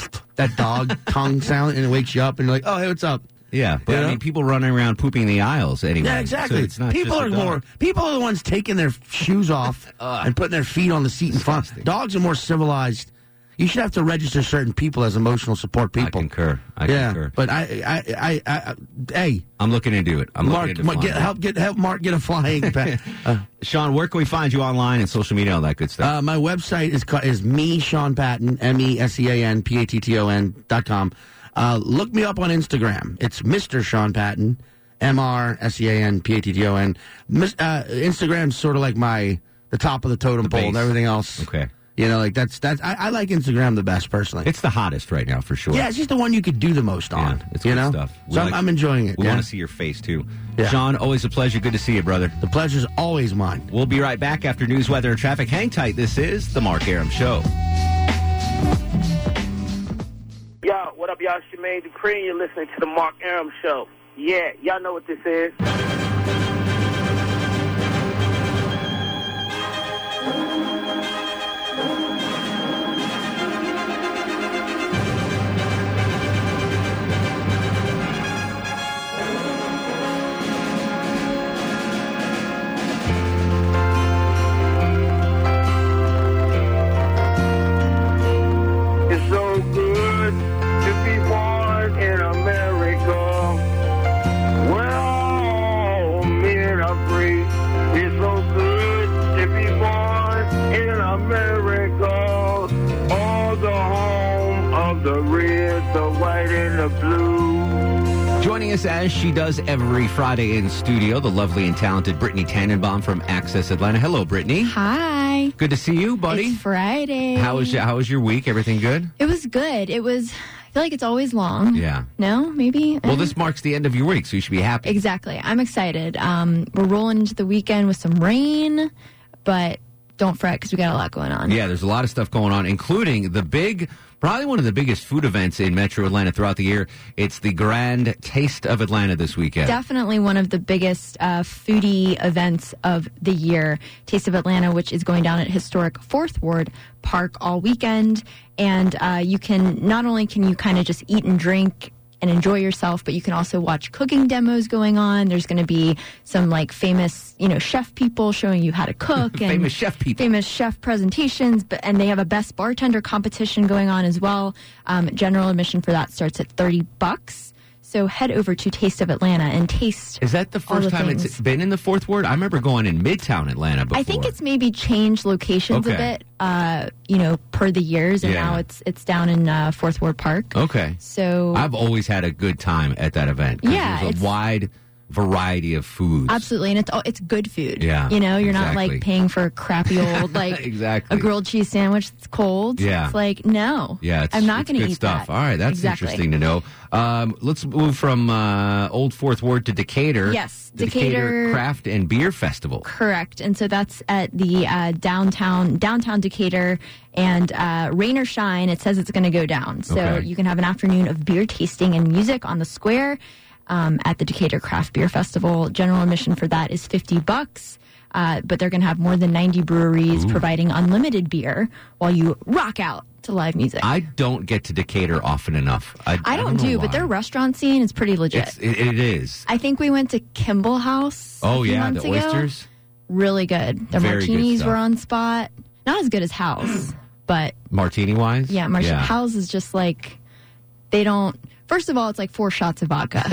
*laughs* that dog tongue sound and it wakes you up and you're like, oh hey, what's up? Yeah, but Yeah. I mean, people running around pooping in the aisles anyway. Yeah, so exactly. it's not people just a are dog. Uh. more people are the ones taking their *laughs* shoes off and putting their feet on the seat in front. Dogs are more civilized. You should have to register certain people as emotional support people. I concur. I yeah, concur. but I, I, I, I, hey, I'm looking into it. I'm looking Mark, into Mark, finding get, it. help get help Mark get a *laughs* flying pack. Sean, where can we find you online and social media, all that good stuff? Uh, my website is ca- is me Sean Patton M E S E A N P A T T O N dot com. Uh, look me up on Instagram. It's Mister Sean Patton M R S E A N P A T T O N. Mis- uh, Instagram's sort of like my the top of the totem pole and base. everything else. Okay, you know, like that's that's I, I like Instagram the best personally. it's the hottest right now for sure. Yeah, it's just the one you could do the most on. it's you good know? stuff. We So I'm, like- I'm enjoying it. We yeah. want to see your face too. Yeah. Sean, always a pleasure. Good to see you, brother. The pleasure's always mine. We'll be right back after news, weather, and traffic. Hang tight. This is the Mark Aram Show. Yo, what up, y'all? It's Jermaine Dupree, and you're listening to the Mark Aram Show. Yeah, y'all know what this is. It's so good to be born in America. Well, men are free. It's so good to be born in America. All the home of the red, the white, and the blue. Joining us as she does every Friday in studio, the lovely and talented Brittany Tannenbaum from Access Atlanta. Hello, Brittany. Hi. Good to see you, buddy. It's Friday. How was your, how was your week? Everything good? It was good. It was. I feel like it's always long. Yeah. No, maybe. Well, this marks the end of your week, so you should be happy. Exactly. I'm excited. Um, we're rolling into the weekend with some rain, but don't fret because we got a lot going on. Yeah, there's a lot of stuff going on, including the big, probably one of the biggest food events in Metro Atlanta throughout the year. It's the Grand Taste of Atlanta this weekend. Definitely one of the biggest uh, foodie events of the year, Taste of Atlanta, which is going down at historic Fourth Ward Park all weekend. And uh, you can not only can you kind of just eat and drink and enjoy yourself, but you can also watch cooking demos going on. There's going to be some like famous, you know, chef people showing you how *laughs* to cook and Famous chef people. famous chef presentations. But and they have a best bartender competition going on as well. Um, general admission for that starts at thirty bucks. So head over to Taste of Atlanta and taste. Is that the all first time things. it's been in the fourth ward? I remember going in Midtown Atlanta before. I think it's maybe changed locations a Okay. bit, uh, you know, per the years, and Yeah. now it's it's down in uh, Fourth Ward Park. okay. So I've always had a good time at that event. 'cause Yeah, there's a it's- Uh, wide variety of foods. Absolutely, and it's all, it's good food. Yeah, you know, you're not exactly. like paying for a *laughs* crappy old like Exactly. a grilled cheese sandwich that's cold. Yeah. it's like no. Yeah, it's, I'm not it's going to good eat stuff. that. All right, that's Exactly. interesting to know. Um, let's move from uh, Old Fourth Ward to Decatur. Yes, The Decatur Decatur- Craft and Beer Festival. Correct, and so that's at the uh, downtown downtown Decatur, and uh, rain or shine, it says it's going to go down. So Okay. you can have an afternoon of beer tasting and music on the square um, at the Decatur Craft Beer Festival. General admission for that is fifty bucks. Uh, but they're going to have more than 90 breweries providing unlimited beer while you rock out to live music. I don't get to Decatur often enough. I, I don't, know do, why. but their restaurant scene is pretty legit. It's, it, it is. I think we went to Kimball House. a Oh few yeah, months the ago. oysters. Really good. Their Very good martinis stuff. were on spot. Not as good *clears throat* as House, but martini wise. yeah, Marsh House is just like they don't. First of all, it's like four shots *laughs* of vodka,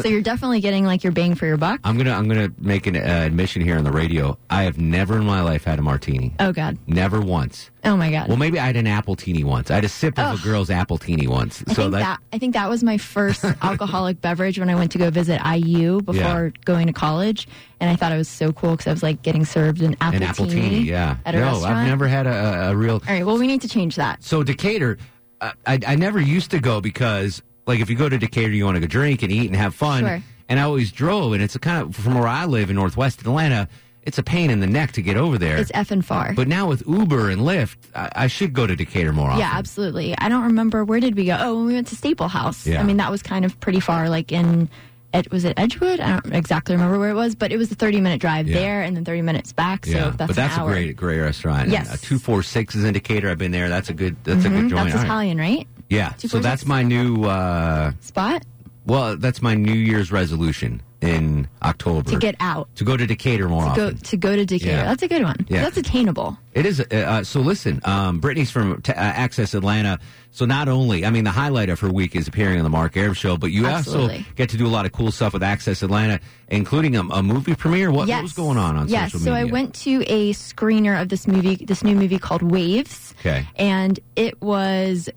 so you're definitely getting like your bang for your buck. I'm gonna I'm gonna make an uh, admission here on the radio. I have never in my life had a martini. Oh god. Never once. Oh my god. Well, maybe I had an apple teeny once. I had a sip of Ugh. a girl's apple teeny once. I so think that, I think that was *laughs* my first alcoholic beverage when I went to go visit IU before Yeah. going to college, and I thought it was so cool because I was like getting served an apple, an apple teeny, yeah. at a no, restaurant. I've never had a, a- a real. All right, well, we need to change that. So Decatur, I, I I never used to go because like if you go to Decatur, you want to go drink and eat and have fun. Sure. And I always drove, and it's a kind of from where I live in Northwest Atlanta. It's a pain in the neck to get over there. It's effing far. But now with Uber and Lyft, I, I should go to Decatur more often. Yeah, absolutely. I don't remember where did we go. Oh, when we went to Staple House. Yeah. I mean, that was kind of pretty far. Like in, it was it Edgewood? I don't exactly remember where it was, but it was a thirty-minute drive Yeah. there and then thirty minutes back. So yeah, that's but that's an hour. a great, great restaurant. uh, Yes. two four six is indicator. I've been there. That's a good. That's a Mhm. good joint. That's All right. Italian, right? Yeah. So 246? that's my new. uh Spot Well, that's my New Year's resolution in October to get out. to go to Decatur more To often. go to go to Decatur. Yeah. That's a good one. Yeah. That's attainable. It is. Uh, uh, so listen, um, Brittany's from t- uh, Access Atlanta. So not only, I mean, the highlight of her week is appearing on the Mark Arab Show, but you Absolutely. also get to do a lot of cool stuff with Access Atlanta, including a, a movie premiere. What, what was going on on yes. social so media? I went to a screener of this movie, this new movie called Waves. Okay. and it was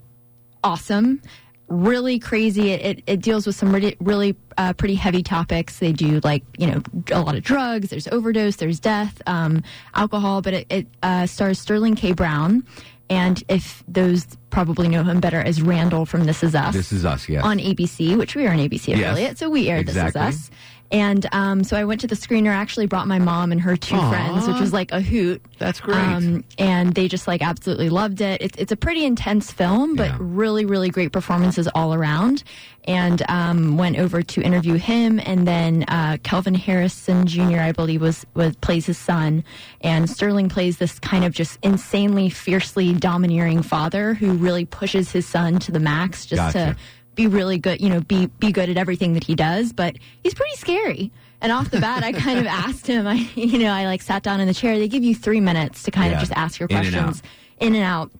awesome really crazy it, it, it deals with some really, really uh, pretty heavy topics they do like you know a lot of drugs there's overdose there's death um, alcohol but it, it uh, stars sterling k brown and if those probably know him better as randall from this is us This is us. Yes. on ABC, which we are an ABC Yes. affiliate, so we aired Exactly. This Is Us. And um, so I went to the screener. I Actually, brought my mom and her two Aw. friends, which was like a hoot. Um, That's great. and they just like absolutely loved it. It's it's a pretty intense film, but really really great performances all around. And um, went over to interview him, and then uh, Kelvin Harrison Jr. I believe was was plays his son, and Sterling plays this kind of just insanely fiercely domineering father who really pushes his son to the max just Gotcha. to be really good, you know, be be good at everything that he does, but he's pretty scary. And off *laughs* the bat, I kind of asked him, I *laughs* you know, I like sat down in the chair. They give you 3 minutes to kind Yeah. of just ask your In and out. questions in and out.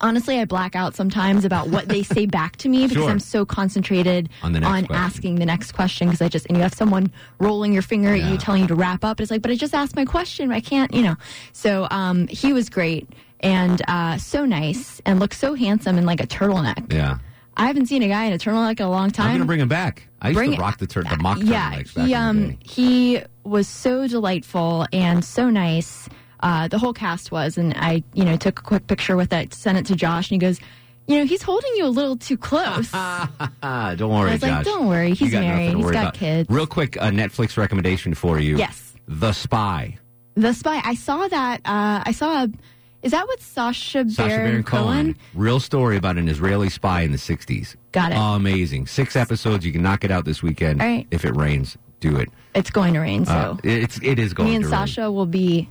Honestly, I black out sometimes about what they say back to me because Sure. I'm so concentrated On the next question. asking the next question because I just and you have someone rolling your finger at you telling you to wrap up. It's like, but I just asked my question. I can't, you know. So um, he was great and uh, so nice and looked so handsome in like a turtleneck. Yeah. I haven't seen a guy in a turtleneck in a long I'm time. gonna bring him back. I used Bring to it- rock the tur- the mock yeah, turtlenecks back in he the um he was so delightful and so nice. Uh, the whole cast was, and I you know took a quick picture with it, sent it to Josh, and he goes, you know, he's holding you a little *laughs* too close. *laughs* Ah, *laughs* don't worry, um, I was like, Josh. "Don't worry, You he's got nothing married, to he's worry got about. kids." Real quick, a Netflix recommendation for you. Yes. The Spy. the Spy. I saw that. Uh, I saw. A, is that what Sasha Baron, Sasha Baron Cohen. Real story about an Israeli spy in the 60s. Got it. Amazing. Six episodes. You can knock it out this weekend. All right. If it rains, do it. It's going to rain, so Uh, it's it is going me and to rain. Sasha will be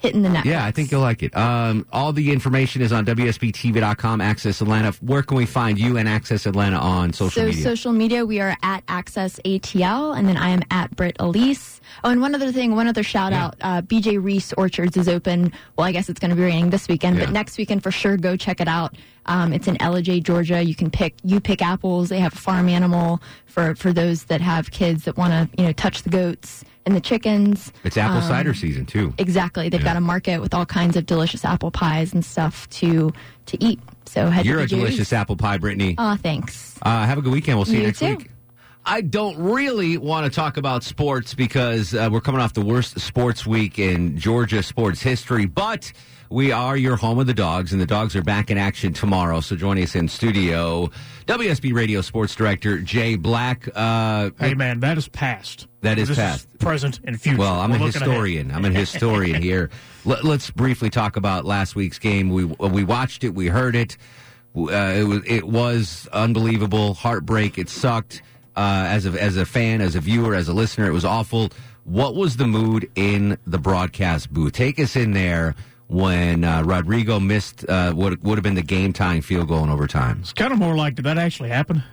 hitting the net. Yeah, I think you'll like it. Um, all the information is on WSBTV.com, Access Atlanta. Where can we find you and Access Atlanta on social so media? social media, we are at Access ATL, and then I am at Britt Elise. Oh, and one other thing, one other shout out: uh, BJ Reese Orchards is open. Well, I guess it's going to be raining this weekend, Yeah. but next weekend for sure, go check it out. Um, it's in LJ, Georgia. You can pick you pick apples. They have a farm animal for for those that have kids that want to you know touch the goats and the chickens. it's apple Um, cider season, too. Exactly, they've Yeah. got a market with all kinds of delicious apple pies and stuff to to eat. So head You're to a BJ Reese. delicious apple pie, Brittany. Aw, thanks. Uh, have a good weekend. We'll see you, You next too. week. I don't really want to talk about sports because uh, we're coming off the worst sports week in Georgia sports history, but we are your home of the dogs, and the dogs are back in action tomorrow. So join us in studio, WSB Radio Sports Director Jay Black. Uh, Hey, man, that is past. That is This past. present and future. Well, I'm We're a looking historian. ahead. I'm a *laughs* historian here. Let, let's briefly talk about last week's game. We we watched it. We heard it. Uh, it was it was unbelievable. Heartbreak. It sucked. Uh, as a as a fan, as a viewer, as a listener, it was awful. What was the mood in the broadcast booth? Take us in there when uh, Rodrigo missed uh, what would have been the game tying field goal in overtime. It's kind of more like, did that actually happen?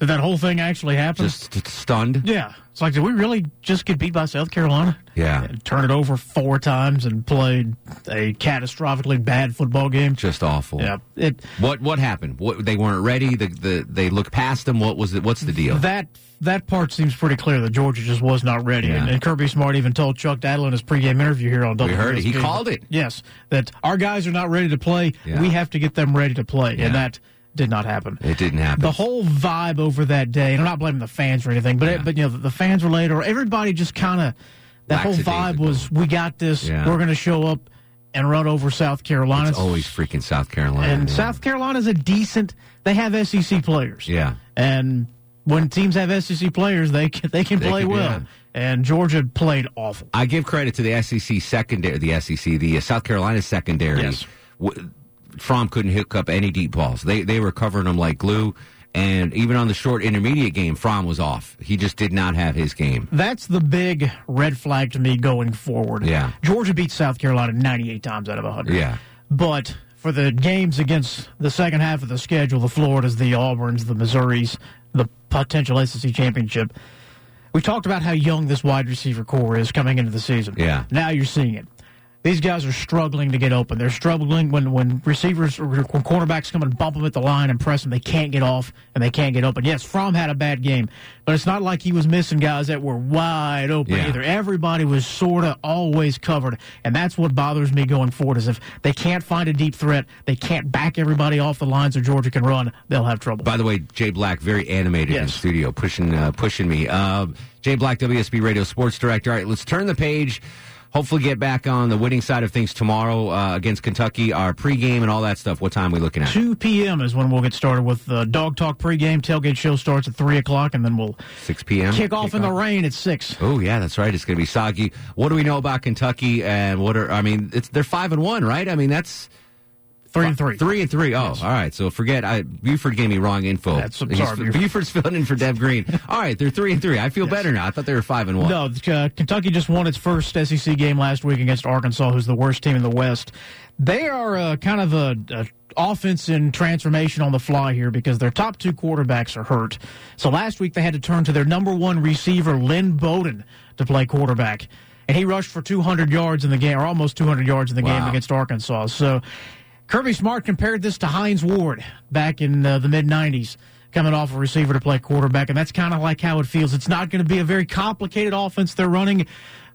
that that whole thing actually happened. Just stunned. Yeah, it's like did we really just get beat by South Carolina? Yeah. Turn it over four times and played a catastrophically bad football game. Just awful. Yeah. It, what what happened? What they weren't ready. The, the they looked past them. What was it? What's the deal? That that part seems pretty clear that Georgia just was not ready. And, and Kirby Smart even told Chuck Daddle in his pregame interview here on We WSB. heard it. He called it. Yes, that our guys are not ready to play. Yeah. We have to get them ready to play, Yeah. and that did not happen. It didn't happen. The whole vibe over that day, and I'm not blaming the fans or anything, but but you know the, the fans were late, or everybody just kind of that whole vibe was we got this. Yeah. We're going to show up and run over South Carolina. It's always freaking South Carolina. and yeah. South Carolina's a decent. They have SEC players. yeah. And when teams have SEC players, they can, they can They play can- well. yeah. And Georgia played awful. I give credit to the SEC secondary, the SEC, the uh, South Carolina secondary. W- Fromm couldn't hook up any deep balls. They they were covering them like glue. And even on the short intermediate game, Fromm was off. He just did not have his game. That's the big red flag to me going forward. Yeah. Georgia beat South Carolina 98 times out of 100. Yeah. But for the games against the second half of the schedule, the Floridas, the Auburns, the Missouris, the potential SEC championship, we talked about how young this wide receiver core is coming into the season. Yeah. Now you're seeing it. These guys are struggling to get open. They're struggling when, when receivers or when cornerbacks come and bump them at the line and press them. They can't get off and they can't get open. Yes, Fromm had a bad game, but it's not like he was missing guys that were wide open Yeah. either. Everybody was sort of always covered, and that's what bothers me going forward. Is if they can't find a deep threat, they can't back everybody off the lines, or Georgia can run. They'll have trouble. By the way, Jay Black, very animated in studio, pushing uh, pushing me. Uh, Jay Black, WSB Radio Sports Director. All right, let's turn the page. Hopefully, get back on the winning side of things tomorrow uh, against Kentucky. Our pregame and all that stuff. What time are we looking at? 2 p.m. is when we'll get started with the Dog Talk pregame. Tailgate show starts at 3 o'clock, and then we'll Six p.m. kick off in the rain at 6. Oh yeah, that's right. It's going to be soggy. What do we know about Kentucky? And what are I mean? It's they're five and one, right? I mean that's three and three. Three and three. Oh, all right. So forget I Buford gave me wrong info. That's I'm sorry, Buford. *laughs* Buford's filling in for Dev Green. All right, they're three and three. I feel better now. I thought they were five and one. No, uh, Kentucky just won its first SEC game last week against Arkansas, who's the worst team in the West. They are uh, kind of a, a offense in transformation on the fly here because their top two quarterbacks are hurt. So last week they had to turn to their number one receiver, Lynn Bowden, to play quarterback, and he rushed for 200 yards in the game, or almost 200 yards in the game Wow. against Arkansas. So Kirby Smart compared this to Heinz Ward back in uh, the mid 90s, coming off a receiver to play quarterback, and that's kind of like how it feels. It's not going to be a very complicated offense they're running,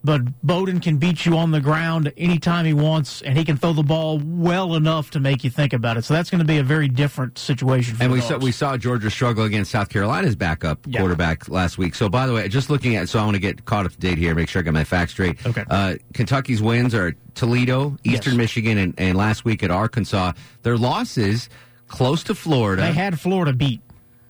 but Bowden can beat you on the ground anytime he wants, and he can throw the ball well enough to make you think about it. So that's going to be a very different situation for And the we saw Dogs. we saw Georgia struggle against South Carolina's backup Yeah. quarterback last week. So by the way, just looking at so I want to get caught up to date here, make sure I got my facts straight. Okay. Uh, Kentucky's wins are Toledo, Eastern Michigan, and, and last week at Arkansas. Their losses close to Florida. They had Florida beat.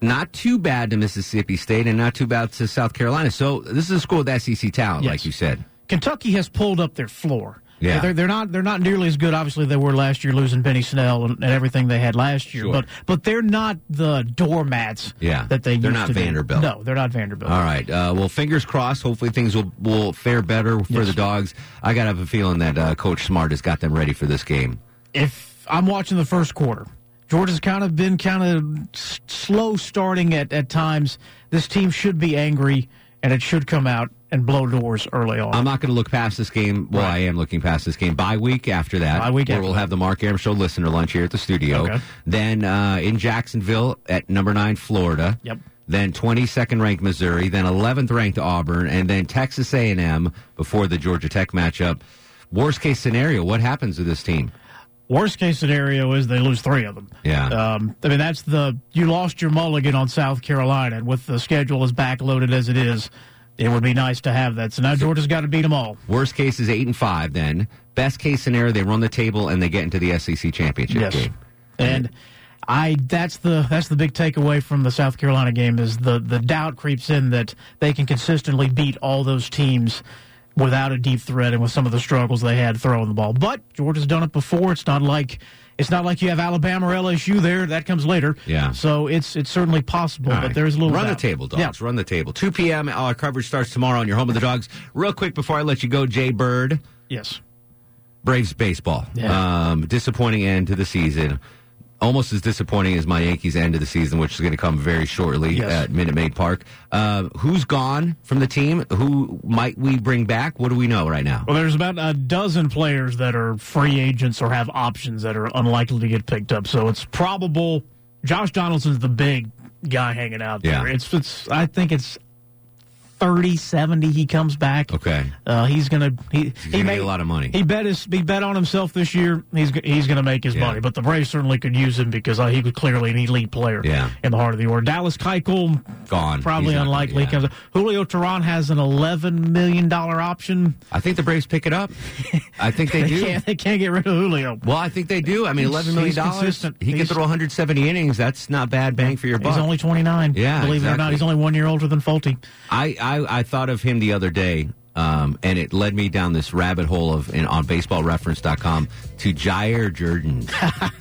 Not too bad to Mississippi State, and not too bad to South Carolina. So this is a school with SEC talent, like you said. Kentucky has pulled up their floor. Yeah. they're, they're not they're not nearly as good. Obviously, they were last year losing Benny Snell and, and everything they had last year. But but they're not the doormats. Yeah. that they They're used not to be. Vanderbilt. No, they're not Vanderbilt. All right. Uh, well, fingers crossed. Hopefully, things will will fare better for the dogs. I got to have a feeling that uh, Coach Smart has got them ready for this game. If I'm watching the first quarter, Georgia's kind of been kind of s- slow starting at at times. This team should be angry, and it should come out and blow doors early on. I'm not going to look past this game. Well, I am looking past this game. By week after that, Bye week where after we'll have the Mark Aram Show listener lunch here at the studio. Okay. Then uh, in Jacksonville at number nine, Florida. Yep. Then 22nd ranked Missouri. Then 11th ranked Auburn, and then Texas A&M before the Georgia Tech matchup. Worst case scenario, what happens to this team? Worst case scenario is they lose three of them. Yeah. Um, I mean, that's the you lost your mulligan on South Carolina, and with the schedule as backloaded as it is, it would be nice to have that. So now Georgia's got to beat them all. Worst case is eight and five. Then best case scenario, they run the table and they get into the SEC championship Yes. game. And I that's the that's the big takeaway from the South Carolina game is the the doubt creeps in that they can consistently beat all those teams without a deep threat and with some of the struggles they had throwing the ball. But Georgia's done it before. It's not like it's not like you have Alabama or LSU there. That comes later. Yeah. So it's it's certainly possible, All but right. there's a little run doubt. the table, dogs. Yeah. Run the table. Two p.m. Our coverage starts tomorrow on your home of the dogs. Real quick before I let you go, Jay Bird, Yes. Braves baseball. Um, disappointing end to the season. almost as disappointing as my Yankees end of the season, which is going to come very shortly at Minute Maid Park. Uh, who's gone from the team? Who might we bring back? What do we know right now? Well, there's about a dozen players that are free agents or have options that are unlikely to get picked up. So it's probable Josh Donaldson's the big guy hanging out there. Yeah. It's it's I think it's 30 70 he comes back. Okay. Uh, he's going to he He's gonna get a lot of money. He bet his he bet on himself this year. He's g- he's going to make his Yeah. money, but the Braves certainly could use him because uh, he was clearly an elite player Yeah. in the heart of the order. Dallas Keuchel Gone. probably He's not- unlikely comes. up. Julio Tehran has an 11 million dollar option. I think the Braves pick it up. I think they do. can't, *laughs* they can't get rid of Julio. Well, I think they do. I mean, He's- eleven million he's dollars. consistent. He can He's- throw 170 innings. That's not bad bang for your buck. He's only 29. Yeah, believe it or not, exactly. he's only one year older than Fulte. I, I, I thought of him the other day, um, and it led me down this rabbit hole of and on baseballreference.com to Jair *laughs* Jordan.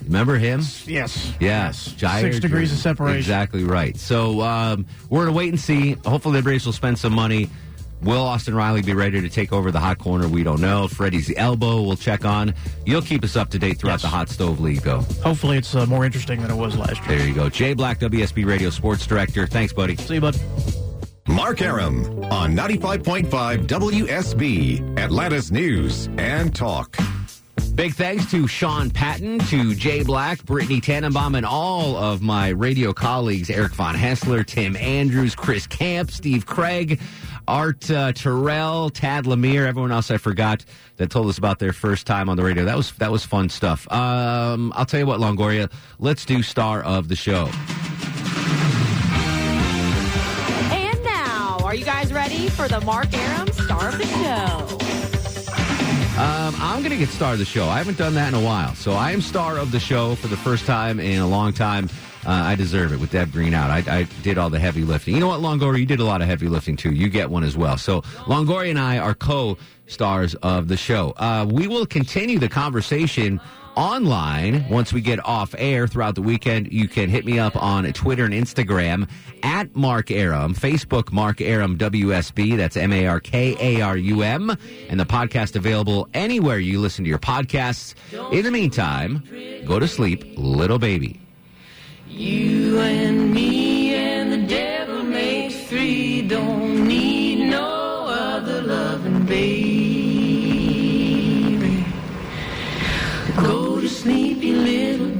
Remember him? Yes. Yes. Jair Six degrees Jordan. of separation. Exactly right. So um, we're going to wait and see. Hopefully, the Braves will spend some money. Will Austin Riley be ready to take over the hot corner? We don't know. Freddie's elbow, we'll check on. You'll keep us up to date throughout the Hot Stove League, though. Hopefully, it's uh, more interesting than it was last year. There you go. Jay Black, WSB Radio Sports Director. Thanks, buddy. See you, bud. Mark Aram on 95.5 WSB, Atlantis News and Talk. Big thanks to Sean Patton, to Jay Black, Brittany Tannenbaum, and all of my radio colleagues Eric Von Hessler, Tim Andrews, Chris Camp, Steve Craig, Art uh, Terrell, Tad Lemire, everyone else I forgot that told us about their first time on the radio. That was that was fun stuff. Um, I'll tell you what, Longoria, let's do star of the show. And now, are you guys ready for the Mark Aram Star of the Show? Um, I'm going to get star of the show. I haven't done that in a while. So I am star of the show for the first time in a long time. Uh, I deserve it with Deb Green out. I, I did all the heavy lifting. You know what, Longoria? You did a lot of heavy lifting too. You get one as well. So Longoria and I are co stars of the show. Uh, we will continue the conversation online once we get off air throughout the weekend. You can hit me up on Twitter and Instagram at Mark Aram, Facebook Mark Aram WSB. That's M A R K A R U M. And the podcast available anywhere you listen to your podcasts. In the meantime, go to sleep, little baby. You and me and the devil makes three. Don't need no other loving, baby. Go to sleep, you little